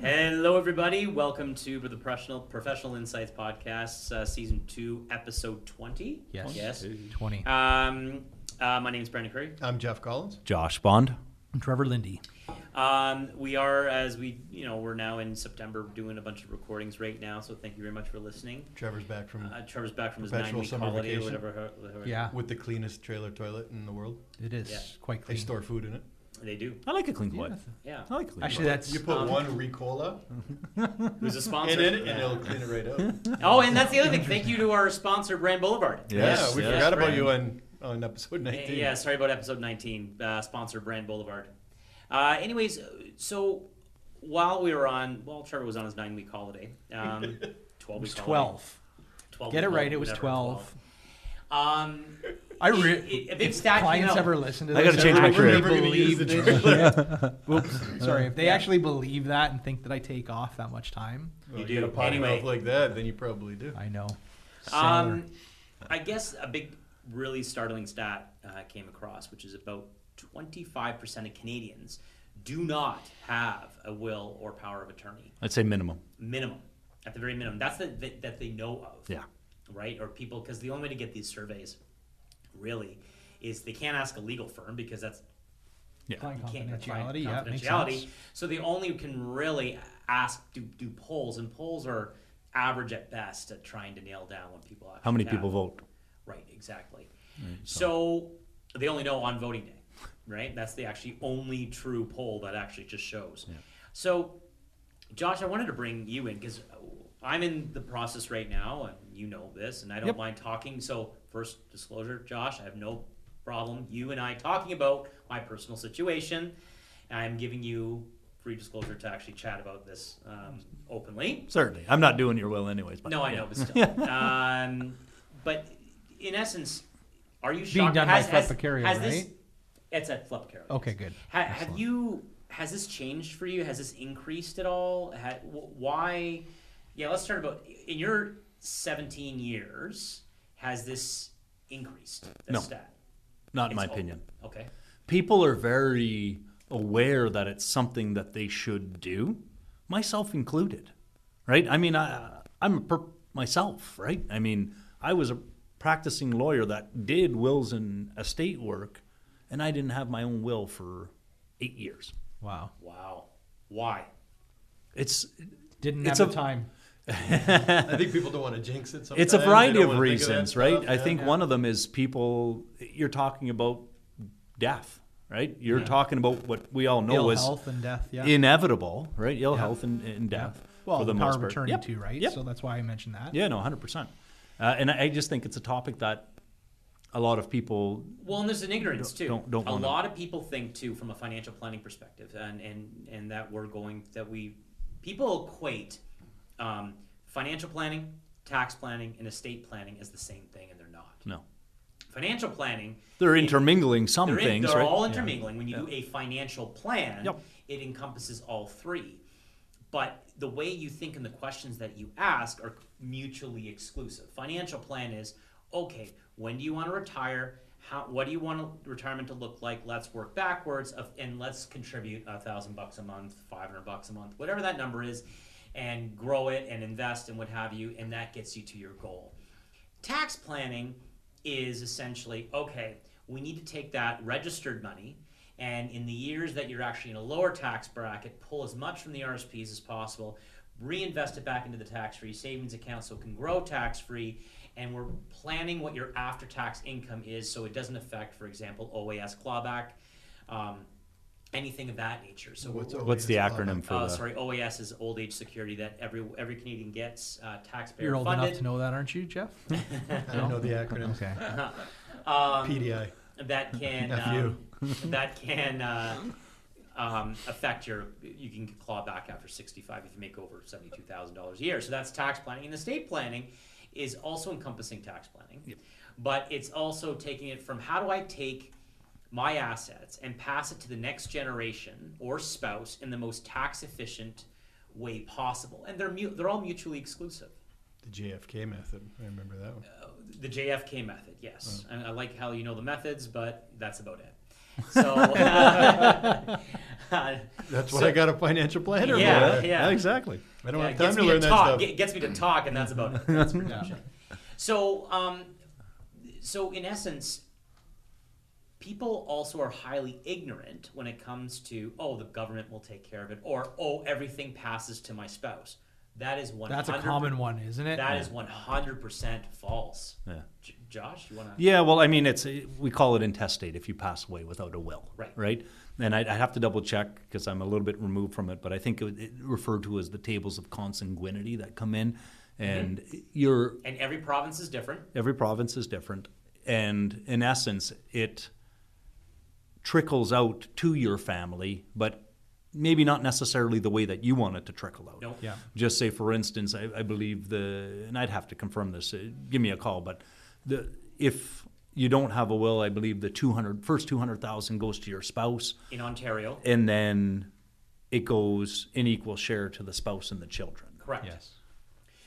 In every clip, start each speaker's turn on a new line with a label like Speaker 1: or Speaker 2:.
Speaker 1: Hello, everybody. Welcome to the Professional Professional Insights Podcast, uh, Season 2, Episode 20.
Speaker 2: Yes.
Speaker 1: Yes.
Speaker 2: 20.
Speaker 1: Um, uh, my name is Brandon Curry.
Speaker 3: I'm Jeff Collins.
Speaker 4: Josh Bond.
Speaker 2: Trevor Lindy.
Speaker 1: Um, we are, as we, you know, we're now in September doing a bunch of recordings right now, so thank you very much for listening.
Speaker 3: Trevor's back from
Speaker 1: Uh, Trevor's back from his
Speaker 3: Perpetual
Speaker 1: nine week
Speaker 3: summer
Speaker 1: holiday or
Speaker 3: vacation.
Speaker 1: whatever. her- whatever.
Speaker 2: Yeah,
Speaker 3: with the cleanest trailer toilet in the world.
Speaker 2: it is
Speaker 1: Yeah.
Speaker 2: quite
Speaker 3: They
Speaker 2: clean.
Speaker 3: store food in it.
Speaker 1: They do.
Speaker 4: I like a clean
Speaker 2: Yeah,
Speaker 4: toilet.
Speaker 2: that's-
Speaker 1: Yeah.
Speaker 4: I like a clean
Speaker 2: Actually,
Speaker 4: toilet.
Speaker 2: that's
Speaker 3: You put one Ricola
Speaker 1: Who's a
Speaker 3: in
Speaker 1: sponsor?
Speaker 3: it, and
Speaker 1: Yeah.
Speaker 3: it'll clean it right up.
Speaker 1: Oh, and that's the other thing. Thank you to our sponsor, Brand Boulevard.
Speaker 4: Yes,
Speaker 3: yeah, we
Speaker 4: yes,
Speaker 3: forgot about
Speaker 1: Brand.
Speaker 3: you on, on episode 19.
Speaker 1: Yeah, sorry about episode 19, uh, sponsor Brand Boulevard. Uh, anyways, so while we were on, well, Trevor was on his nine week holiday. Um, 12
Speaker 2: it
Speaker 1: week
Speaker 2: was 12.
Speaker 1: Holiday,
Speaker 2: Get it
Speaker 1: 12
Speaker 2: right, it was
Speaker 1: whatever,
Speaker 2: 12.
Speaker 1: Um,
Speaker 2: I re-
Speaker 1: It- it- a big
Speaker 2: if
Speaker 1: stat came
Speaker 2: clients
Speaker 1: out.
Speaker 2: ever listen to
Speaker 4: I
Speaker 2: this,
Speaker 4: gotta change my
Speaker 2: if they
Speaker 4: career.
Speaker 3: Never gonna
Speaker 2: believe
Speaker 3: use the
Speaker 2: they- Sorry, if they actually believe that and think that I take off that much time,
Speaker 3: Well,
Speaker 1: You
Speaker 3: you
Speaker 1: do.
Speaker 3: get a potty
Speaker 1: Anyway.
Speaker 3: mouth like that, then you probably do.
Speaker 2: I know.
Speaker 1: um, I guess a big, really startling stat uh, came across, which is about 25% of Canadians do not have a will or power of attorney.
Speaker 4: I'd say minimum.
Speaker 1: minimum at the very minimum that's the, that that they know of
Speaker 4: Yeah.
Speaker 1: right or people because the only way to get these surveys really is they can't ask a legal firm because that's
Speaker 2: Client
Speaker 1: you can't define
Speaker 2: confidentiality, yeah, it makes
Speaker 1: confidentiality.
Speaker 2: sense.
Speaker 1: so they only can really ask do, do polls and polls are average at best at trying to nail down what people actually
Speaker 4: How many
Speaker 1: have.
Speaker 4: people vote?
Speaker 1: Right, exactly. so. they only know on voting day, right? That's the actually only true poll that actually just shows. So, Josh, I wanted to bring you in because I'm in the process right now, and you know this, and I don't
Speaker 4: Yep.
Speaker 1: mind talking. So, first disclosure, Josh, I have no problem you and I talking about my personal situation. And I'm giving you free disclosure to actually chat about this um, openly.
Speaker 4: Certainly. I'm not doing your will anyways. But
Speaker 1: No, I
Speaker 4: yeah.
Speaker 1: know, but still. um, but in essence, are you shocked?
Speaker 2: done
Speaker 1: has,
Speaker 2: by
Speaker 1: has-
Speaker 2: Flapacaro,
Speaker 1: has this-
Speaker 2: right?
Speaker 1: It's at Flapacaro.
Speaker 2: Okay,
Speaker 1: yes.
Speaker 2: good.
Speaker 1: Ha, have
Speaker 2: Excellent.
Speaker 1: you? Has this changed for you? Has this increased at all? Ha, wh- why? Yeah, let's start about in your 17 years. Has this increased? That
Speaker 4: No.
Speaker 1: stat.
Speaker 4: Not in my
Speaker 1: It's all-
Speaker 4: opinion.
Speaker 1: Okay.
Speaker 4: People are very aware that it's something that they should do, myself included. Right? I mean, I, I'm a per- myself, right? I mean, I was a practicing lawyer that did wills and estate work, and I didn't have my own will for eight years.
Speaker 2: Wow.
Speaker 1: Wow. Why?
Speaker 4: It's
Speaker 2: Didn't
Speaker 4: It's
Speaker 2: have the
Speaker 4: a-
Speaker 2: time.
Speaker 3: I think people don't want to jinx it sometimes.
Speaker 4: it's a
Speaker 3: They
Speaker 4: variety
Speaker 3: don't
Speaker 4: of
Speaker 3: wanna think of that
Speaker 4: reasons,
Speaker 3: stuff,
Speaker 4: right? I
Speaker 3: yeah.
Speaker 4: think one of them is people. You're talking about death, right? You're talking about what we all know
Speaker 2: Ill
Speaker 4: is
Speaker 2: health and death. Yeah.
Speaker 4: inevitable, right? Ill health and, and
Speaker 2: Yeah.
Speaker 4: death.
Speaker 2: Well,
Speaker 4: for the
Speaker 2: the
Speaker 4: most
Speaker 2: power of
Speaker 4: part.
Speaker 2: attorney
Speaker 4: Yep,
Speaker 2: too, right?
Speaker 4: Yep.
Speaker 2: So that's why I mentioned that.
Speaker 4: yeah, no, hundred percent. Uh, and I, I just think it's a topic that a lot of people.
Speaker 1: Well, and there's an ignorance
Speaker 4: Don't-
Speaker 1: too.
Speaker 4: don't- don't
Speaker 1: a
Speaker 4: wanna-
Speaker 1: lot of people think too from a financial planning perspective, and and and that we're going that we people equate um, financial planning, tax planning, and estate planning as the same thing, and they're not.
Speaker 4: No,
Speaker 1: Financial planning
Speaker 4: they're
Speaker 1: it-
Speaker 4: intermingling some
Speaker 1: they're, in-
Speaker 4: things,
Speaker 1: they're
Speaker 4: right?
Speaker 1: all
Speaker 4: Yeah.
Speaker 1: intermingling. When you do a financial plan,
Speaker 4: Yep.
Speaker 1: it encompasses all three. But the way you think and the questions that you ask are mutually exclusive. Financial plan is okay. When do you want to retire? How, what do you want retirement to look like? Let's work backwards of, and let's contribute a thousand bucks a month, five hundred bucks a month, whatever that number is, and grow it and invest and what have you, and that gets you to your goal tax planning is essentially okay we need to take that registered money and in the years that you're actually in a lower tax bracket pull as much from the rsps as possible reinvest it back into the tax-free savings account so it can grow tax-free and we're planning what your after-tax income is so it doesn't affect for example oas clawback um, anything of that nature so
Speaker 3: What's
Speaker 1: we're-
Speaker 4: What's the
Speaker 3: always all
Speaker 4: acronym
Speaker 3: about-
Speaker 4: for
Speaker 1: uh,
Speaker 4: the?
Speaker 1: sorry oas is old age security that every every canadian gets uh, taxpayer
Speaker 2: You're old
Speaker 1: funded
Speaker 2: enough to know that, aren't you, Jeff?
Speaker 3: I don't know the acronym.
Speaker 2: okay.
Speaker 3: PDI.
Speaker 1: that can
Speaker 3: F
Speaker 1: um, that can uh, um, affect your you can claw back after 65 if you make over $72,000 a year. So that's tax planning and estate planning is also encompassing tax planning. But it's also taking it from how do I take my assets and pass it to the next generation or spouse in the most tax efficient way possible. And they're mu- they're all mutually exclusive.
Speaker 3: The JFK method. I remember that one.
Speaker 1: The JFK method, yes. And I like how you know the methods, but that's about it. So uh, uh,
Speaker 3: That's what
Speaker 1: So-
Speaker 3: I got a financial planner
Speaker 1: Yeah,
Speaker 3: for.
Speaker 1: yeah.
Speaker 4: exactly.
Speaker 3: I don't
Speaker 1: yeah,
Speaker 3: have
Speaker 1: gets
Speaker 3: time to
Speaker 1: me
Speaker 3: learn that
Speaker 1: talk,
Speaker 3: stuff.
Speaker 1: get- gets me to talk, and that's about it. That's pretty much it. So, um, so in essence, people also are highly ignorant when it comes to oh, the government will take care of it, or oh, everything passes to my spouse. That is one.
Speaker 2: That's a common one, isn't it?
Speaker 1: That is one hundred percent false.
Speaker 4: Yeah.
Speaker 1: J- Josh, you want to?
Speaker 4: Yeah, well, I mean, it's we call it intestate if you pass away without a will,
Speaker 1: Right.
Speaker 4: Right, and I'd, I'd have to double check because I'm a little bit removed from it, but I think it, it referred to as the tables of consanguinity that come in, and you're
Speaker 1: And every province is different.
Speaker 4: every province is different, and in essence, it trickles out to your family, but maybe not necessarily the way that you want it to trickle out.
Speaker 1: No.
Speaker 2: Yeah.
Speaker 4: Just say, for instance, I, I believe the, and I'd have to confirm this. Uh, give me a call, but the if you don't have a will, I believe the 200 first 200,000 goes to your spouse,
Speaker 1: In Ontario,
Speaker 4: and then it goes in equal share to the spouse and the children.
Speaker 1: correct.
Speaker 3: Yes.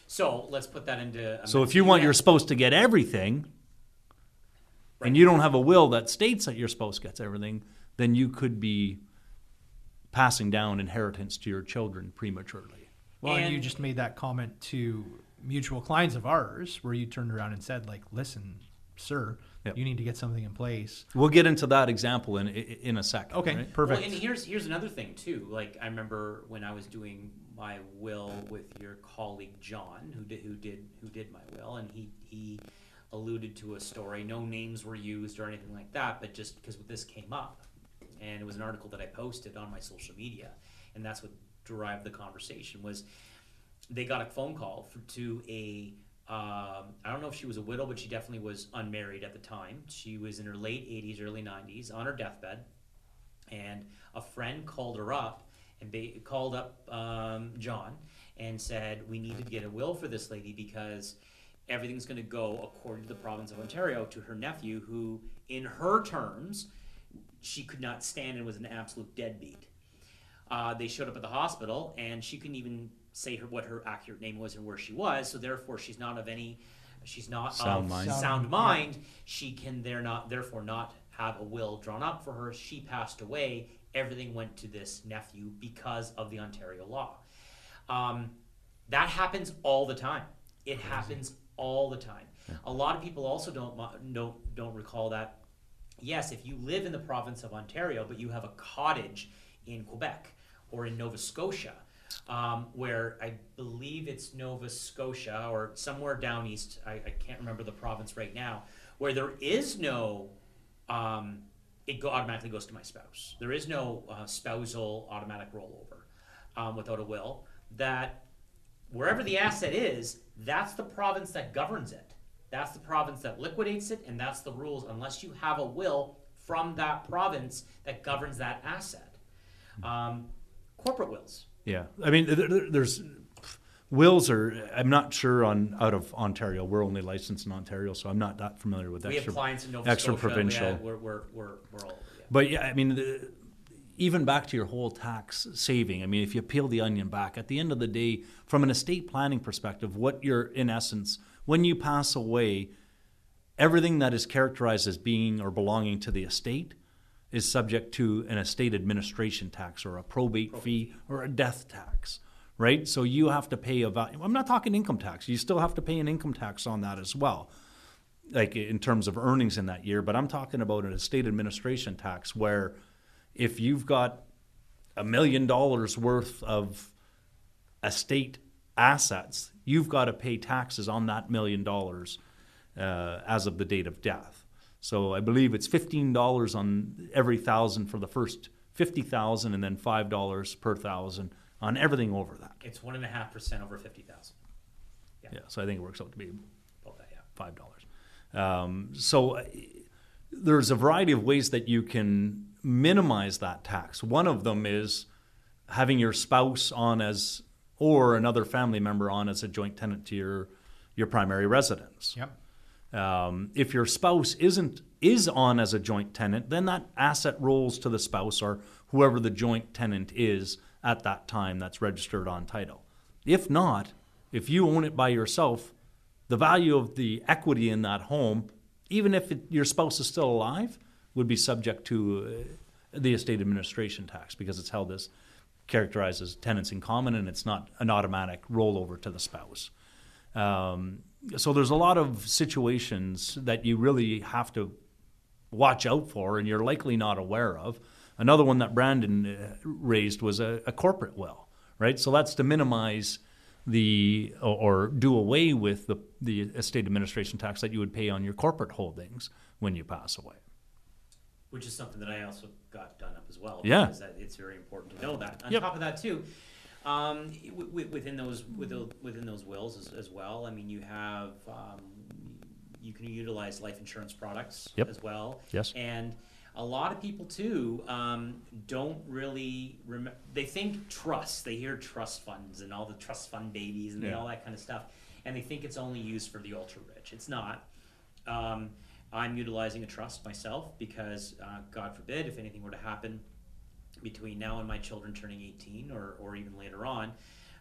Speaker 1: So let's put that into.
Speaker 4: So if you want your spouse to get everything,
Speaker 1: Right.
Speaker 4: and you don't have a will that states that your spouse gets everything, then you could be passing down inheritance to your children prematurely.
Speaker 2: Well, and you
Speaker 1: And-
Speaker 2: just made that comment to mutual clients of ours where you turned around and said, like, listen, sir,
Speaker 4: Yep.
Speaker 2: you need to get something in place.
Speaker 4: We'll get into that example in i- i- in a second.
Speaker 2: Okay,
Speaker 4: right?
Speaker 2: perfect.
Speaker 1: Well, and here's here's another thing too. Like I remember when I was doing my will with your colleague John, who did who did who did my will, and he he alluded to a story. No names were used or anything like that, but just because this came up, and it was an article that I posted on my social media, and that's what derived the conversation was they got a phone call for, to a um, I don't know if she was a widow, but she definitely was unmarried at the time. She was in her late 80s, early 90s, on her deathbed, and a friend called her up and ba- called up um, John and said, "We need to get a will for this lady because everything's going to go according to the province of Ontario to her nephew, who, in her terms, she could not stand and was an absolute deadbeat." Uh, they showed up at the hospital, and she couldn't even say her, what her accurate name was and where she was. So therefore, she's not of any, she's not
Speaker 4: Sound
Speaker 1: of
Speaker 4: mind.
Speaker 1: sound
Speaker 2: Sound-
Speaker 1: mind. She can there not therefore not have a will drawn up for her. She passed away. Everything went to this nephew because of the Ontario law. Um, that happens all the time. It happens all the time. A lot of people also don't mo- don't don't recall that. Yes, if you live in the province of Ontario, but you have a cottage in Quebec or in Nova Scotia, um, where I believe it's Nova Scotia or somewhere down east, I, I can't remember the province right now, where there is no um, it go, automatically goes to my spouse. There is no uh, spousal automatic rollover um, without a will. That wherever the asset is, that's the province that governs it. That's the province that liquidates it, and that's the rules, unless you have a will from that province that governs that asset.
Speaker 4: Hmm.
Speaker 1: Um, corporate wills.
Speaker 4: Yeah, I mean, th- th- there's wills are. I'm not sure on out of Ontario. We're only licensed in Ontario, so I'm not that familiar with
Speaker 1: we have
Speaker 4: extra
Speaker 1: clients in Nova
Speaker 4: extra
Speaker 1: Scotia.
Speaker 4: provincial.
Speaker 1: We are, we're, we're, we're, we're all over. Yeah.
Speaker 4: But yeah, I mean, the, even back to your whole tax saving. I mean, if you peel the onion back, at the end of the day, from an estate planning perspective, what you're in essence, when you pass away, everything that is characterized as being or belonging to the estate is subject to an estate administration tax or a probate, fee or a death tax. Right, so you have to pay a value. I'm not talking income tax. You still have to pay an income tax on that as well like in terms of earnings in that year, but I'm talking about an estate administration tax where if you've got a million dollars worth of estate assets, you've got to pay taxes on that million dollars uh, as of the date of death. So I believe it's fifteen dollars on every thousand for the first fifty thousand, and then five dollars per thousand on everything over that.
Speaker 1: It's one and a half percent over fifty thousand.
Speaker 4: Yeah, so I think it works out to be
Speaker 1: About that, yeah.
Speaker 4: five dollars. Um, so uh, there's a variety of ways that you can minimize that tax. One of them is having your spouse on as or another family member on as a joint tenant to your your primary residence.
Speaker 2: Yep.
Speaker 4: Um, if your spouse isn't is on as a joint tenant, then that asset rolls to the spouse or whoever the joint tenant is at that time that's registered on title. If not, if you own it by yourself, the value of the equity in that home, even if it, your spouse is still alive, would be subject to uh, the estate administration tax because it's how this characterizes tenants in common and it's not an automatic rollover to the spouse. Um, so there's a lot of situations that you really have to watch out for and you're likely not aware of. Another one that Brandon uh, raised was a, a corporate will, right? So that's to minimize the or, or do away with the, the estate administration tax that you would pay on your corporate holdings when you pass away.
Speaker 1: which is something that I also got done up as well.
Speaker 4: Yeah.
Speaker 1: because that, it's very important to know that. On
Speaker 4: Yep.
Speaker 1: top of that, too, um, w- w- within those with tho- within those wills as, as well. I mean, you have um, you can utilize life insurance products
Speaker 4: Yep.
Speaker 1: as well.
Speaker 4: Yes.
Speaker 1: and a lot of people too um, don't really remember. They think trust. They hear trust funds and all the trust fund babies and
Speaker 4: Yeah.
Speaker 1: all that kind of stuff, and they think it's only used for the ultra rich. It's not. Um, I'm utilizing a trust myself because, uh, God forbid, if anything were to happen between now and my children turning 18 or, or even later on,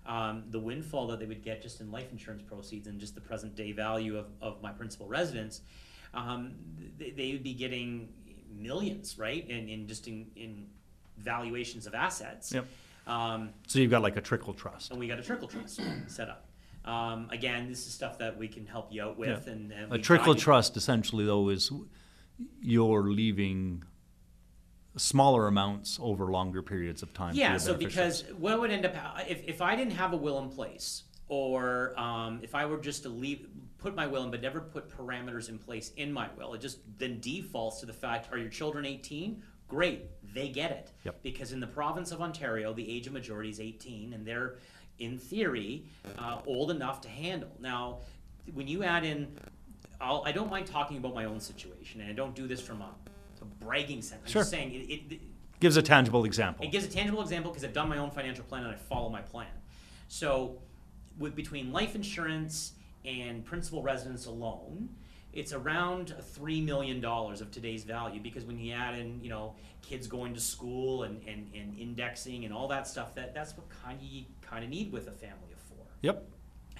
Speaker 1: um, the windfall that they would get just in life insurance proceeds and just the present day value of, of my principal residence, um, they, they would be getting millions, right? And in just in, in valuations of assets.
Speaker 4: Yep.
Speaker 1: Um,
Speaker 4: So you've got like a trickle trust.
Speaker 1: and we got a trickle trust set up. Um, again, this is stuff that we can help you out with.
Speaker 4: Yeah.
Speaker 1: And, and
Speaker 4: A
Speaker 1: we
Speaker 4: trickle
Speaker 1: guide you-
Speaker 4: trust essentially though is you're leaving smaller amounts over longer periods of time. for
Speaker 1: Yeah,
Speaker 4: your
Speaker 1: so
Speaker 4: beneficiaries.
Speaker 1: because what would end up ha- if, if I didn't have a will in place, or um, if I were just to leave, put my will in, but never put parameters in place in my will, it just then defaults to the fact: Are your children eighteen? Great, they get it.
Speaker 4: Yep.
Speaker 1: Because in the province of Ontario, the age of majority is eighteen, and they're in theory uh, old enough to handle. Now, when you add in, I'll, I don't mind talking about my own situation, and I don't do this from a, a bragging sense. I'm
Speaker 4: Sure.
Speaker 1: just saying it. it
Speaker 4: gives a tangible example.
Speaker 1: it gives a tangible example because I've done my own financial plan and I follow my plan. So, with between life insurance and principal residence alone, it's around three million dollars of today's value because when you add in, you know, kids going to school and, and, and indexing and all that stuff, that, that's what kind of you kind of need with a family of four.
Speaker 4: Yep.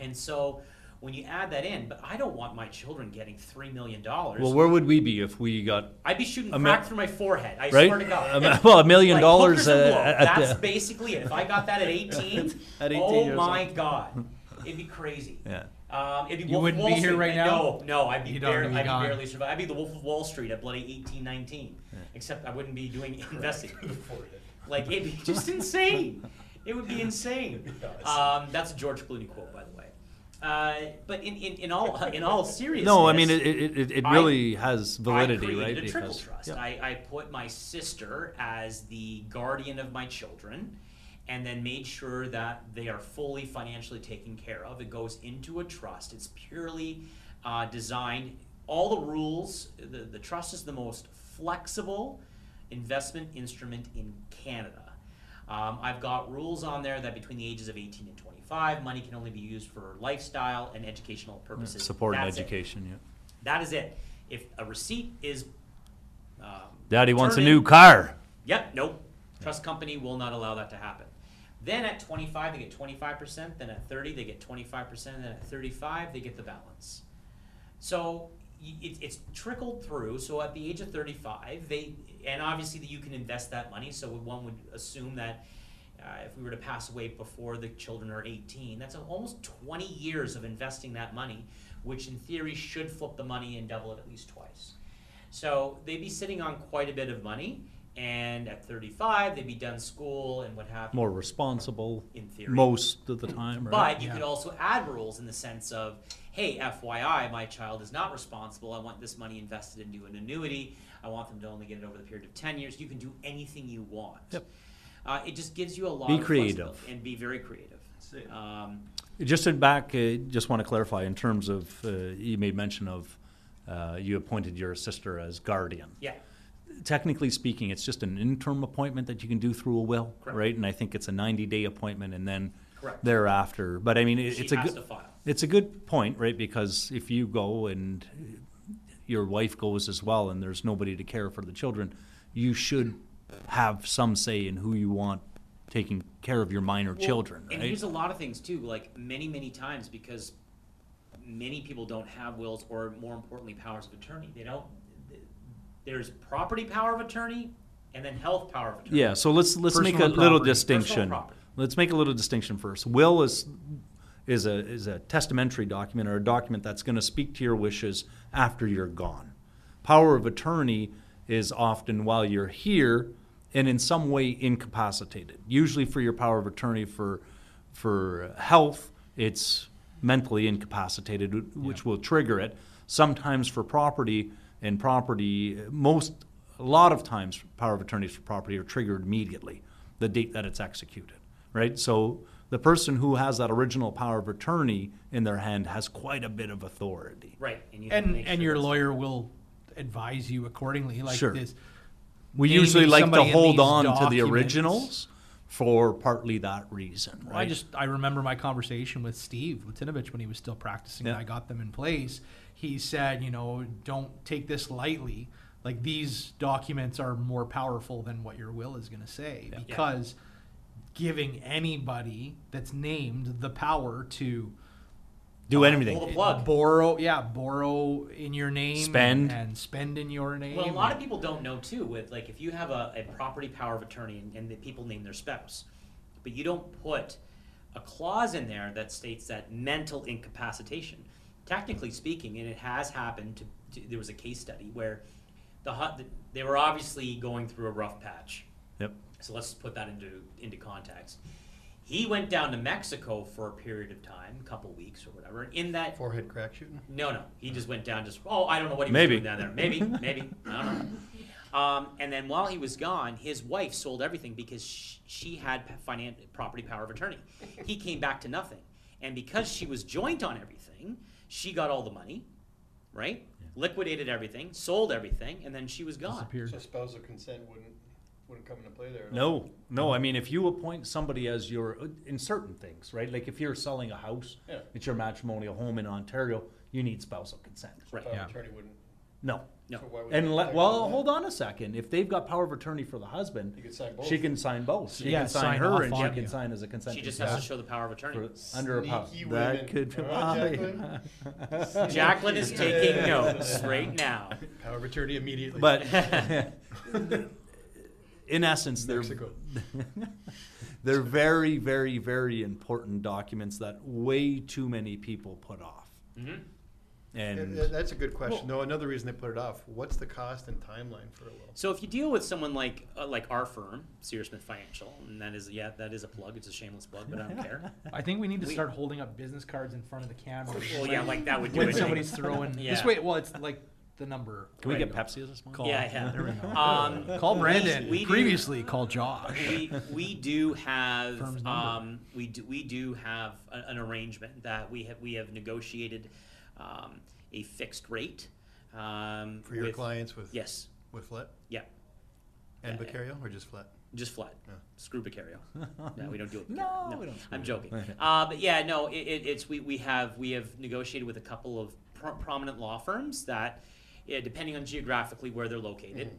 Speaker 1: And so, when you add that in, but I don't want my children getting three million dollars.
Speaker 4: Well, where would we be if we got
Speaker 1: I'd be shooting
Speaker 4: A
Speaker 1: crack
Speaker 4: mil-
Speaker 1: through my forehead. I
Speaker 4: right?
Speaker 1: swear to God.
Speaker 4: A mi- well, a million
Speaker 1: Like,
Speaker 4: dollars
Speaker 1: hookers and
Speaker 4: uh,
Speaker 1: blow.
Speaker 4: at
Speaker 1: That's
Speaker 4: the-
Speaker 1: basically it. If I got that at 18,
Speaker 4: At 18
Speaker 1: oh
Speaker 4: years
Speaker 1: my god, it'd be crazy.
Speaker 4: Yeah.
Speaker 1: Um, it'd be Wolf
Speaker 2: You
Speaker 1: of
Speaker 2: wouldn't
Speaker 1: Wall
Speaker 2: be here
Speaker 1: Street.
Speaker 2: right
Speaker 1: No, no, I'd be,
Speaker 2: You'd already
Speaker 1: barely,
Speaker 2: be
Speaker 1: I'd be
Speaker 2: gone.
Speaker 1: barely survive. I'd be the Wolf of Wall Street at bloody 18, 19. Except I wouldn't be doing investing. like it'd be just insane. It would be insane. Um, that's a George Clooney quote, by the way. Uh, but in, in, in all in all seriousness,
Speaker 4: no, I mean it, it, it, it
Speaker 1: I-
Speaker 4: really has validity,
Speaker 1: I created A
Speaker 4: right?
Speaker 1: trickle
Speaker 4: Because-
Speaker 1: trust.
Speaker 4: yeah.
Speaker 1: I, I put my sister as the guardian of my children, and then made sure that they are fully financially taken care of. It goes into a trust. It's purely uh, designed. All the rules. The, the trust is the most flexible investment instrument in Canada. Um, I've got rules on there that between the ages of 18 and 25, money can only be used for lifestyle and educational purposes.
Speaker 4: Support and
Speaker 1: That's it.
Speaker 4: education. Yeah.
Speaker 1: That is it. If a receipt is, um,
Speaker 4: Daddy wants a
Speaker 1: turned
Speaker 4: new
Speaker 1: in-
Speaker 4: car.
Speaker 1: Yep, nope. Trust company will not allow that to happen. Then at 25, they get 25%. Then at 30, they get 25%. Then at 35, they get the balance. So y- it, it's trickled through. So at the age of 35, they, and obviously that you can invest that money. So one would assume that uh, if we were to pass away before the children are 18, that's almost 20 years of investing that money, which in theory should flip the money and double it at least twice. So they'd be sitting on quite a bit of money. And at 35, they'd be done school and what have you,
Speaker 4: More responsible
Speaker 1: in theory.
Speaker 4: most of the time, right?
Speaker 1: But you could also add rules in the sense of, hey, FYI, my child is not responsible. I want this money invested into an annuity. I want them to only get it over the period of 10 years. You can do anything you want.
Speaker 4: Yep.
Speaker 1: Uh, it just gives you a lot
Speaker 4: Be
Speaker 1: of flexibility
Speaker 4: creative.
Speaker 1: and be very creative. Um,
Speaker 4: Just to back, uh, just want to clarify in terms of uh, you made mention of uh, you appointed your sister as guardian.
Speaker 1: yeah.
Speaker 4: technically speaking, it's just an interim appointment that you can do through a will,
Speaker 1: Correct.
Speaker 4: right? And I think it's a 90-day appointment, and then
Speaker 1: Correct.
Speaker 4: thereafter. But I mean, it,
Speaker 1: She
Speaker 4: it's a
Speaker 1: has
Speaker 4: good,
Speaker 1: to file.
Speaker 4: it's a good point, right? Because if you go and your wife goes as well, and there's nobody to care for the children, you should have some say in who you want taking care of your minor
Speaker 1: Well,
Speaker 4: children,
Speaker 1: And
Speaker 4: right?
Speaker 1: here's a lot of things too, like many, many times because many people don't have wills or more importantly powers of attorney. They don't There's property power of attorney and then health power of attorney.
Speaker 4: Yeah, so let's let's
Speaker 2: Personal
Speaker 4: make a little
Speaker 2: property.
Speaker 1: Personal
Speaker 4: distinction.
Speaker 1: property.
Speaker 4: Let's make a little distinction first. Will is is a is a testamentary document or a document that's going to speak to your wishes after you're gone. Power of attorney is often while you're here and in some way incapacitated. Usually for your power of attorney for for health, it's mentally incapacitated wh- which will trigger it. Sometimes for property and property most a lot of times power of attorneys for property are triggered immediately the date that it's executed right so the person who has that original power of attorney in their hand has quite a bit of authority
Speaker 1: Right. And, you have to
Speaker 2: and
Speaker 1: make
Speaker 2: and
Speaker 1: sure
Speaker 2: your
Speaker 1: that's-
Speaker 2: lawyer will advise you accordingly. Like
Speaker 4: Sure.
Speaker 2: this,
Speaker 4: we
Speaker 2: Naming
Speaker 4: usually like to
Speaker 2: somebody in
Speaker 4: hold
Speaker 2: these
Speaker 4: on to the
Speaker 2: documents.
Speaker 4: originals for partly that reason right
Speaker 2: I just I remember my conversation with Steve Latinovich when he was still practicing. and
Speaker 4: Yeah.
Speaker 2: I got them in place. He said, you know, don't take this lightly. Like these documents are more powerful than what your will is going to say because giving anybody that's named the power to
Speaker 4: do
Speaker 1: Pull the
Speaker 4: anything
Speaker 1: plug.
Speaker 2: borrow, yeah, borrow in your name,
Speaker 4: Spend.
Speaker 2: and, spend in your name.
Speaker 1: Well, a lot of people don't know too. With like, if you have a, a property power of attorney and, and the people name their spouse, but you don't put a clause in there that states that mental incapacitation. Technically speaking, and it has happened. To, to there was a case study where the hu- they were obviously going through a rough patch.
Speaker 4: yep
Speaker 1: So let's put that into into context. He went down to Mexico for a period of time, a couple weeks or whatever. And in that
Speaker 3: Forehead crack shooting.
Speaker 1: no, no. He just went down. Just oh, I don't know what he
Speaker 4: Maybe.
Speaker 1: was doing down there. Maybe, maybe. I don't know. Um, and then while he was gone, his wife sold everything because she, she had p- finan- property power of attorney. He came back to nothing, and because she was joint on everything, she got all the money, right? Liquidated everything, sold everything, and then she was gone.
Speaker 2: disappeared.
Speaker 3: So spousal consent wouldn't wouldn't come into play there.
Speaker 4: No, no. I mean, if you appoint somebody as your in certain things, right? Like if you're selling a house,
Speaker 3: Yeah.
Speaker 4: it's your matrimonial home in Ontario. You need spousal consent.
Speaker 1: Right.
Speaker 3: Power of
Speaker 2: Yeah.
Speaker 3: attorney wouldn't.
Speaker 4: No.
Speaker 1: No.
Speaker 3: So why would
Speaker 4: And
Speaker 3: they
Speaker 4: let,
Speaker 3: protect
Speaker 4: well,
Speaker 3: them?
Speaker 4: hold on a second. If they've got power of attorney for the husband,
Speaker 3: You could sign both.
Speaker 4: she can sign both. She
Speaker 2: Yeah,
Speaker 4: can sign,
Speaker 2: sign off
Speaker 4: her, and she
Speaker 2: on
Speaker 4: can
Speaker 2: you.
Speaker 4: sign as a consent.
Speaker 1: She just
Speaker 4: consent
Speaker 1: has to show the power of attorney.
Speaker 4: for- under a power.
Speaker 3: Sneaky women.
Speaker 4: That could be
Speaker 3: Alright,
Speaker 4: why.
Speaker 3: Jacqueline.
Speaker 1: Jacqueline is taking notes right now.
Speaker 3: Power of attorney immediately.
Speaker 4: But in essence, they're
Speaker 3: Mexico.
Speaker 4: They're very, very, very important documents that way too many people put off.
Speaker 1: Mm-hmm.
Speaker 3: And
Speaker 4: And
Speaker 3: th- that's a good question. Though another reason they put it off. What's the cost and timeline for a will?
Speaker 1: So if you deal with someone like uh, like our firm, Sear Smith Financial, and that is yeah, that is a plug. It's a shameless plug, but I don't care.
Speaker 2: I think we need to
Speaker 1: We-
Speaker 2: start holding up business cards in front of the camera.
Speaker 1: Well, yeah, like that would do
Speaker 2: when
Speaker 1: it.
Speaker 2: somebody's throwing
Speaker 1: Yeah.
Speaker 2: this way. Well, it's like the number.
Speaker 4: can we
Speaker 2: There
Speaker 4: get
Speaker 2: you go.
Speaker 4: Pepsi this morning?
Speaker 2: Call,
Speaker 1: Yeah, yeah.
Speaker 2: There we go.
Speaker 1: Um,
Speaker 2: call
Speaker 1: we-
Speaker 2: Brandon.
Speaker 1: we do-
Speaker 2: Previously, call Josh.
Speaker 1: we we do have
Speaker 2: Firm's number.
Speaker 1: um, we do we do have a, an arrangement that we have we have negotiated um, a fixed rate um,
Speaker 3: For your
Speaker 1: with-
Speaker 3: clients with
Speaker 1: Yes,
Speaker 3: with flat
Speaker 1: yeah,
Speaker 3: and
Speaker 1: Yeah.
Speaker 3: Vicario or just flat?
Speaker 1: just flat. Screw Beccario. No, we don't do it. with
Speaker 4: No,
Speaker 1: Beccario.
Speaker 4: we don't
Speaker 1: I'm
Speaker 4: screw
Speaker 1: joking. uh, but yeah, no, it, it, it's we, we have we have negotiated with a couple of pro- prominent law firms that, yeah, depending on geographically where they're located,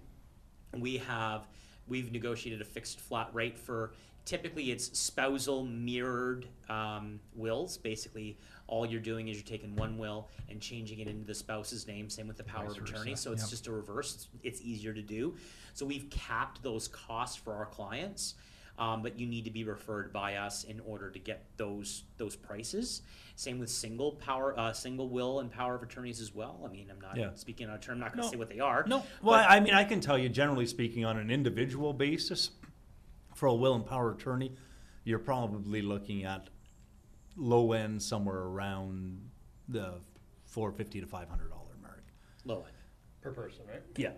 Speaker 1: we have we've negotiated a fixed flat rate for typically it's spousal mirrored um, wills basically all you're doing is you're taking one will and changing it into the spouse's name same with the power of
Speaker 2: Vice
Speaker 1: attorney
Speaker 2: versa,
Speaker 1: so it's
Speaker 2: yep.
Speaker 1: just a reverse it's, it's easier to do so we've capped those costs for our clients um, but you need to be referred by us in order to get those those prices same with single power uh, single will and power of attorneys as well i mean i'm not
Speaker 4: Yeah.
Speaker 1: speaking out of turn i'm not going to
Speaker 4: No.
Speaker 1: say what they are
Speaker 4: No.
Speaker 1: but-
Speaker 4: Well, I mean, I can tell you, generally speaking, on an individual basis, for a will and power attorney, you're probably looking at low end somewhere around the four fifty to five hundred dollar mark.
Speaker 1: low end
Speaker 3: Per person, right?
Speaker 4: Yeah.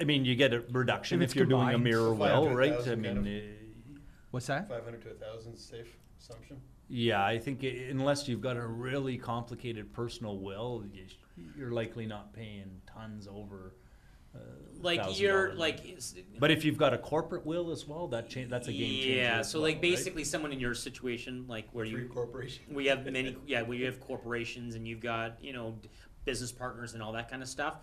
Speaker 4: I mean, you get a reduction
Speaker 2: If
Speaker 4: if,
Speaker 2: it's
Speaker 4: you're doing a
Speaker 2: combined.
Speaker 4: mirror
Speaker 3: So
Speaker 4: will, right? I
Speaker 3: 500,000
Speaker 4: mean,
Speaker 3: kind of-
Speaker 4: uh,
Speaker 2: What's that?
Speaker 3: Five hundred to a thousand is safe assumption.
Speaker 4: Yeah, I think i- unless you've got a really complicated personal will, you sh- you're likely not paying tons over. uh,
Speaker 1: like
Speaker 4: $1,000.
Speaker 1: you're like it's-
Speaker 4: But if you've got a corporate will as well, that cha- that's a game changer.
Speaker 1: yeah
Speaker 4: as
Speaker 1: so
Speaker 4: well,
Speaker 1: like
Speaker 4: right?
Speaker 1: basically someone in your situation like where
Speaker 3: Three
Speaker 1: you
Speaker 3: corporation.
Speaker 1: we have many yeah we have corporations and you've got you know d- business partners and all that kind of stuff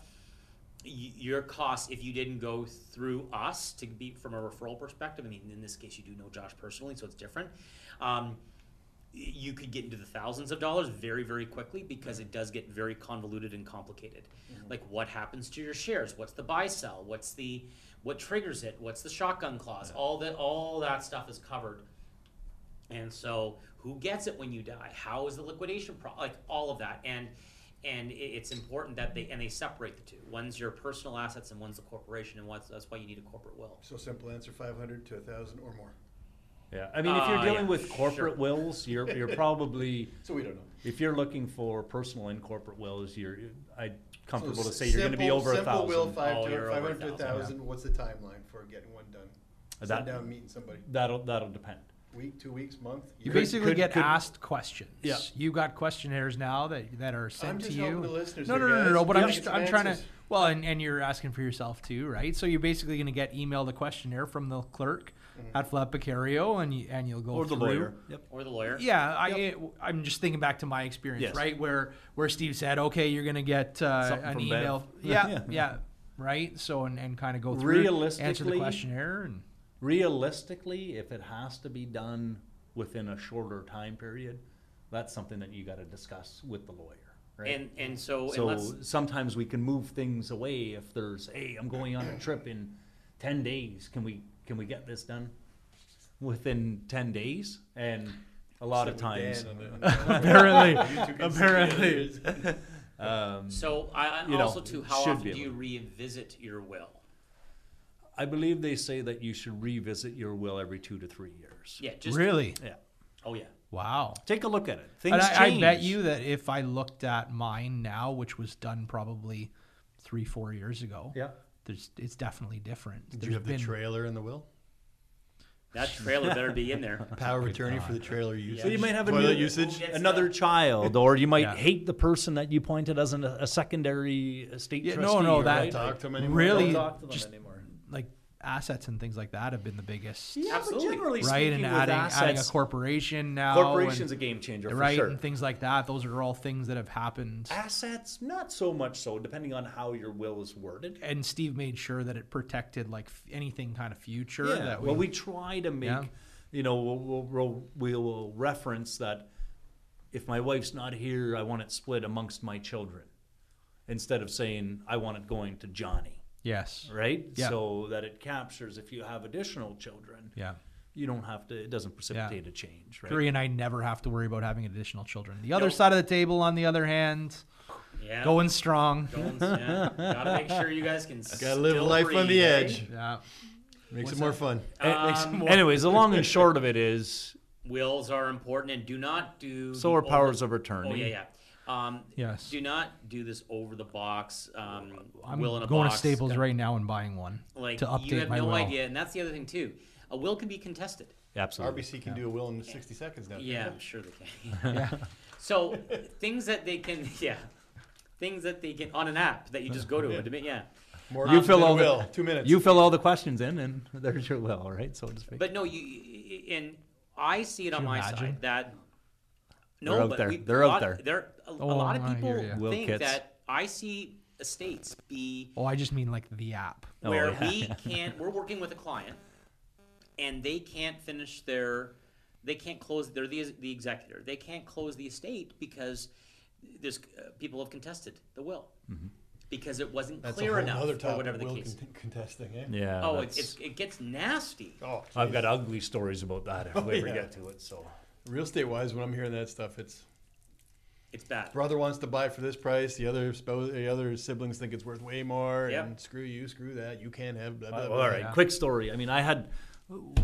Speaker 1: y- your costs if you didn't go through us to be from a referral perspective i mean in this case you do know josh personally so it's different um, you could get into the thousands of dollars very very quickly because it does get very convoluted and complicated like what happens to your shares what's the buy sell what's the what triggers it what's the shotgun clause all that all that stuff is covered and so who gets it when you die how is the liquidation pro- like all of that and and i- it's important that they and they separate the two one's your personal assets and one's the corporation and what's, that's why you need a corporate will
Speaker 3: So simple answer, five hundred to a thousand or more.
Speaker 4: Yeah, I mean, if you're
Speaker 1: Uh,
Speaker 4: dealing
Speaker 1: yeah,
Speaker 4: with
Speaker 1: sure.
Speaker 4: corporate wills, you're you're probably
Speaker 3: So we don't know.
Speaker 4: if you're looking for personal and corporate wills, you're I comfortable
Speaker 3: So
Speaker 4: to say you're going to be
Speaker 3: simple-
Speaker 4: over a
Speaker 3: Simple will,
Speaker 4: thousand.
Speaker 1: Oh,
Speaker 3: five
Speaker 1: you're
Speaker 3: to,
Speaker 1: over
Speaker 3: five hundred to a
Speaker 1: 1,000, yeah.
Speaker 3: thousand, what's the timeline for getting one done?
Speaker 4: That-
Speaker 3: Sit down, meeting somebody,
Speaker 4: That'll that'll depend.
Speaker 3: week, two weeks, month?
Speaker 2: You
Speaker 3: year?
Speaker 4: could-
Speaker 2: basically
Speaker 4: could-
Speaker 2: get
Speaker 4: could-
Speaker 2: asked questions.
Speaker 4: Yeah.
Speaker 2: You got questionnaires now that, that are sent
Speaker 3: just
Speaker 2: to you.
Speaker 3: helping the listeners
Speaker 2: no, no,
Speaker 3: here,
Speaker 2: no, no,
Speaker 3: guys.
Speaker 2: no. But
Speaker 3: Yeah.
Speaker 2: I'm just
Speaker 3: Get some
Speaker 2: I'm trying to.
Speaker 3: answers.
Speaker 2: Well, and, and you're asking for yourself too, right? So you're basically going to get emailed a questionnaire from the clerk at Flat Picario, and you, and you'll go through.
Speaker 4: Yep.
Speaker 1: or the lawyer
Speaker 2: Yeah, I I'm just thinking back to my experience,
Speaker 4: Yes.
Speaker 2: right? Where where Steve said, "Okay, you're going to get uh,
Speaker 4: Something
Speaker 2: an
Speaker 4: from
Speaker 2: email."
Speaker 4: Bev.
Speaker 2: Yeah,
Speaker 4: Yeah.
Speaker 2: yeah, right. So and, and kind of go through, answer the
Speaker 4: Realistically-
Speaker 2: questionnaire, and
Speaker 4: Realistically, if it has to be done within a shorter time period, that's something that you got to discuss with the lawyer, right?
Speaker 1: and and so, and let's
Speaker 4: so um, sometimes we can move things away if there's, hey, I'm going on a trip in ten days. Can we can we get this done within ten days? And a lot of
Speaker 3: Sit with Dan
Speaker 4: times,
Speaker 3: on the-
Speaker 2: apparently,
Speaker 3: You two can sit
Speaker 2: apparently.
Speaker 3: together.
Speaker 4: um,
Speaker 1: So I, and
Speaker 4: you know,
Speaker 1: also too, how
Speaker 4: should
Speaker 1: often
Speaker 4: be
Speaker 1: do you
Speaker 4: able
Speaker 1: revisit your will?
Speaker 4: I believe they say that you should revisit your will every two to three years.
Speaker 1: Yeah, just
Speaker 2: really,
Speaker 4: Yeah.
Speaker 1: Oh yeah,
Speaker 2: wow.
Speaker 4: Take a look at it. Things
Speaker 2: And I, I
Speaker 4: change.
Speaker 2: bet you that if I looked at mine now, which was done probably three, four years ago,
Speaker 4: Yeah.
Speaker 2: there's it's definitely different.
Speaker 3: Did
Speaker 2: There's
Speaker 3: you have the
Speaker 2: been-
Speaker 3: trailer in the will?
Speaker 1: that trailer better be in there.
Speaker 3: Power of attorney for the trailer usage?
Speaker 1: So you
Speaker 4: might have a
Speaker 3: Toilet
Speaker 4: new-
Speaker 3: usage?
Speaker 1: Yes.
Speaker 4: Another child, or you might
Speaker 2: Yeah.
Speaker 4: hate the person that you appointed as an, a secondary estate
Speaker 2: Yeah, no,
Speaker 4: trustee.
Speaker 2: no,
Speaker 4: or-
Speaker 2: that-
Speaker 4: right?
Speaker 3: Talk to him anymore?
Speaker 2: Really?
Speaker 4: Don't talk to them
Speaker 2: just-
Speaker 4: anymore.
Speaker 2: like assets and things like that have been the biggest,
Speaker 4: Yeah,
Speaker 1: Absolutely.
Speaker 4: but generally
Speaker 2: right?
Speaker 4: speaking,
Speaker 2: And
Speaker 4: with
Speaker 2: adding adding a
Speaker 4: assets,
Speaker 2: corporation now, and-
Speaker 4: corporations a game changer for
Speaker 2: right,
Speaker 4: sure. Ah.
Speaker 2: and things like that. Those are all things that have happened.
Speaker 4: assets, not so much so, depending on how your will is worded.
Speaker 2: And Steve made sure that it protected like f- anything kind of future
Speaker 4: Yeah.
Speaker 2: that
Speaker 4: well, we try to make,
Speaker 2: Yeah.
Speaker 4: you know, we'll, we'll, we'll, we will reference that if my wife's not here, I want it split amongst my children instead of saying I want it going to Johnny,
Speaker 2: yes,
Speaker 4: right?
Speaker 2: Yeah.
Speaker 4: So that it captures if you have additional children,
Speaker 2: yeah.
Speaker 4: you don't have to, it doesn't precipitate a change, right?
Speaker 2: Three and I never have to worry about having additional children. The other
Speaker 1: No.
Speaker 2: side of the table, on the other hand,
Speaker 1: Yeah,
Speaker 2: going strong.
Speaker 1: Goins, yeah. gotta make sure you guys can.
Speaker 3: Gotta live
Speaker 1: still
Speaker 3: life
Speaker 1: breathe,
Speaker 3: on the
Speaker 1: right?
Speaker 3: edge.
Speaker 2: Yeah.
Speaker 3: Makes it
Speaker 2: What's
Speaker 3: more
Speaker 2: that?
Speaker 3: fun.
Speaker 4: A-
Speaker 1: Um,
Speaker 4: some- anyways, the long and short of it is
Speaker 1: Wills are important, and do not do
Speaker 4: so are
Speaker 1: the
Speaker 4: powers of
Speaker 1: over-
Speaker 4: attorney.
Speaker 1: Oh yeah, yeah. Um,
Speaker 2: Yes.
Speaker 1: Do not do this over the box. Um,
Speaker 2: I'm
Speaker 1: will in a
Speaker 2: going
Speaker 1: box.
Speaker 2: to Staples right now and buying one
Speaker 1: Like
Speaker 2: to update
Speaker 1: you have
Speaker 2: my
Speaker 1: no
Speaker 2: will.
Speaker 1: idea, and that's the other thing too. A will can be contested.
Speaker 4: Absolutely.
Speaker 3: RBC can do a will in sixty seconds now. can't
Speaker 1: Yeah,
Speaker 3: they?
Speaker 1: I'm sure they can. So things that they can, yeah, things that they can on an app that you just go to. Yeah. yeah.
Speaker 3: More
Speaker 4: You
Speaker 3: options
Speaker 4: fill
Speaker 3: than
Speaker 4: all
Speaker 3: a
Speaker 4: the-
Speaker 3: will. Two minutes.
Speaker 4: You fill all the questions in, and there's your will, all right? So to speak.
Speaker 1: But no, you and I see it on
Speaker 2: you
Speaker 1: my
Speaker 2: imagine?
Speaker 1: side that no,
Speaker 4: They're out
Speaker 1: but
Speaker 4: there.
Speaker 1: We,
Speaker 4: They're
Speaker 1: a
Speaker 4: out
Speaker 1: lot-
Speaker 4: there.
Speaker 1: There a, a
Speaker 2: Oh,
Speaker 1: lot of
Speaker 2: I
Speaker 1: people
Speaker 2: hear ya.
Speaker 4: Will
Speaker 1: think
Speaker 4: kits.
Speaker 1: that I see estates be
Speaker 2: Oh, I just mean like the app.
Speaker 4: Oh,
Speaker 1: where
Speaker 4: yeah,
Speaker 1: we
Speaker 4: yeah.
Speaker 1: can't. We're working with a client, and they can't finish their. They can't close. They're the the executor. They can't close the estate because there's uh, people have contested the will
Speaker 4: Mm-hmm.
Speaker 1: because it wasn't
Speaker 3: That's a
Speaker 1: clear
Speaker 3: whole
Speaker 1: enough
Speaker 3: nother
Speaker 1: or
Speaker 3: topic,
Speaker 1: whatever the
Speaker 3: will
Speaker 1: case.
Speaker 3: con- contesting, eh?
Speaker 4: yeah.
Speaker 1: oh,
Speaker 4: that's-
Speaker 1: it's, it's, it gets nasty.
Speaker 3: Oh,
Speaker 4: I've got ugly stories about that
Speaker 1: Oh,
Speaker 4: if we ever
Speaker 3: yeah.
Speaker 4: get to it. So
Speaker 3: real estate wise, when I'm hearing that stuff, it's
Speaker 1: It's bad.
Speaker 3: brother wants to buy for this price. The other spouse, the other siblings think it's worth way more.
Speaker 1: Yep.
Speaker 3: And screw you, screw that. You can't have. Blah, blah,
Speaker 4: all
Speaker 3: blah.
Speaker 4: right,
Speaker 2: Yeah.
Speaker 4: quick story. I mean, I had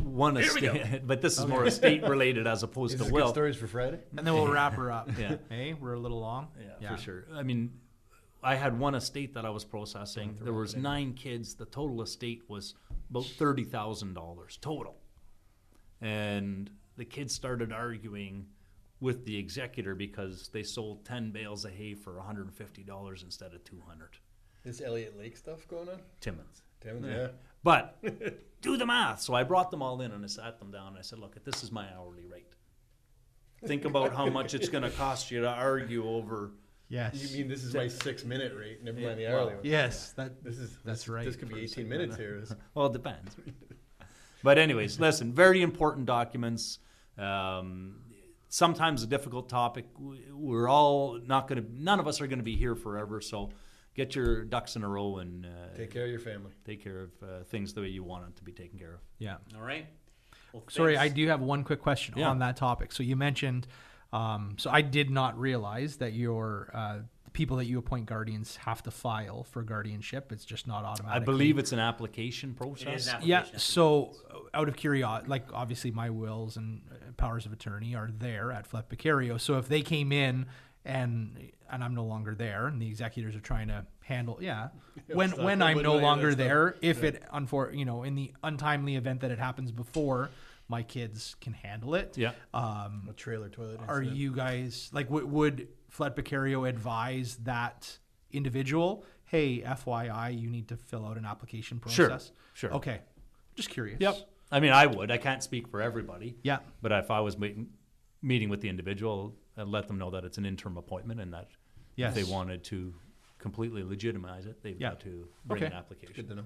Speaker 4: one
Speaker 1: Here we go.
Speaker 4: estate, but this is more estate related as
Speaker 3: Is
Speaker 4: opposed
Speaker 3: this
Speaker 4: to
Speaker 3: good
Speaker 4: will.
Speaker 3: stories for Friday?
Speaker 2: And then we'll wrap her up.
Speaker 4: Yeah.
Speaker 2: Hey, we're a little long.
Speaker 4: Yeah, for sure. I mean, I had one estate that I was processing. There was nine kids. The total estate was about thirty thousand dollars total, and the kids started arguing with the executor because they sold ten bales of hay for one hundred and fifty dollars instead of two hundred.
Speaker 3: This Elliot Lake stuff going on?
Speaker 4: Timmins.
Speaker 3: Damn, yeah.
Speaker 4: But do the math. So I brought them all in and I sat them down and I said, look, this is my hourly rate. Think about how much it's going to cost you to argue over.
Speaker 2: Yes.
Speaker 3: You mean this is my six minute rate? Never mind the
Speaker 4: Yeah, well,
Speaker 3: hourly one.
Speaker 2: yes. That
Speaker 3: This is
Speaker 2: That's
Speaker 3: this-
Speaker 2: right,
Speaker 3: This could
Speaker 2: for
Speaker 3: be
Speaker 2: a
Speaker 3: eighteen minutes here. This-
Speaker 4: Well, it depends. But anyways, listen, very important documents. Um, sometimes a difficult topic. We- We're all not going to, none of us are going to be here forever. So get your ducks in a row and uh,
Speaker 3: Take care of your family.
Speaker 4: take care of uh, things the way you want it to be taken care of.
Speaker 2: Yeah.
Speaker 1: All right. Well,
Speaker 2: Sorry, I
Speaker 1: thanks.
Speaker 2: do have one quick question
Speaker 4: Yeah.
Speaker 2: on that topic. So you mentioned, um, so I did not realize that your uh, the people that you appoint guardians have to file for guardianship. It's just not automatic.
Speaker 4: I believe it's an application process.
Speaker 1: It is an
Speaker 2: Yeah.
Speaker 1: application.
Speaker 2: So uh, out of curiosity, like obviously my wills and uh, powers of attorney are there at Flep Vicario. So if they came in and and I'm no longer there, and the executors are trying to handle, yeah, when
Speaker 3: it's not-
Speaker 2: when I'm
Speaker 3: wouldn't
Speaker 2: no
Speaker 3: know any of
Speaker 2: longer
Speaker 3: that stuff.
Speaker 2: there, if it unfor you know in the untimely event that it happens before my kids can handle it.
Speaker 4: Yeah.
Speaker 2: Um,
Speaker 3: A trailer toilet. uh,
Speaker 2: are
Speaker 3: incident.
Speaker 2: you guys like w- would Flat Picario advise that individual? Hey, FYI, you need to fill out an application
Speaker 4: Sure,
Speaker 2: process.
Speaker 4: sure.
Speaker 2: Okay. Just curious.
Speaker 4: Yep. I mean, I would. I can't speak for everybody.
Speaker 2: Yeah.
Speaker 4: But if I was meeting, meeting with the individual, I'd let them know that it's an interim appointment and that if
Speaker 2: Yes.
Speaker 4: they wanted to completely legitimize it, they've
Speaker 2: Yeah.
Speaker 4: got to bring an
Speaker 2: Okay.
Speaker 4: application.
Speaker 3: Good to know.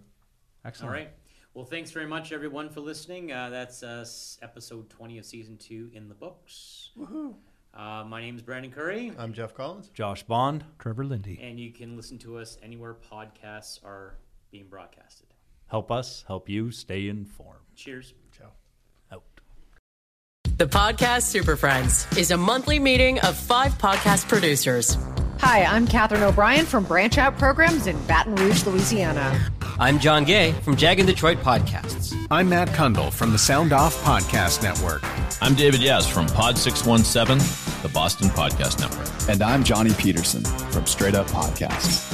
Speaker 2: Excellent.
Speaker 1: All right. Well, thanks very much, everyone, for listening. Uh, that's uh, s- episode 20 of season two in the books. Woohoo. Uh, my name's Brandon Curry,
Speaker 3: I'm Jeff Collins.
Speaker 4: Josh Bond.
Speaker 2: Trevor Lindy.
Speaker 1: and you can listen to us anywhere podcasts are being broadcasted.
Speaker 4: Help us, help you stay informed.
Speaker 1: Cheers.
Speaker 3: Ciao.
Speaker 4: Out.
Speaker 5: The Podcast Super Friends is a monthly meeting of five podcast producers.
Speaker 6: Hi, I'm Katherine O'Brien from Branch Out Programs in Baton Rouge, Louisiana.
Speaker 7: I'm John Gay from Jag and Detroit Podcasts.
Speaker 8: I'm Matt Kundle from the Sound Off Podcast Network.
Speaker 9: I'm David Yaz from Pod 617, the Boston Podcast Network.
Speaker 8: And I'm Johnny Peterson from Straight Up Podcasts.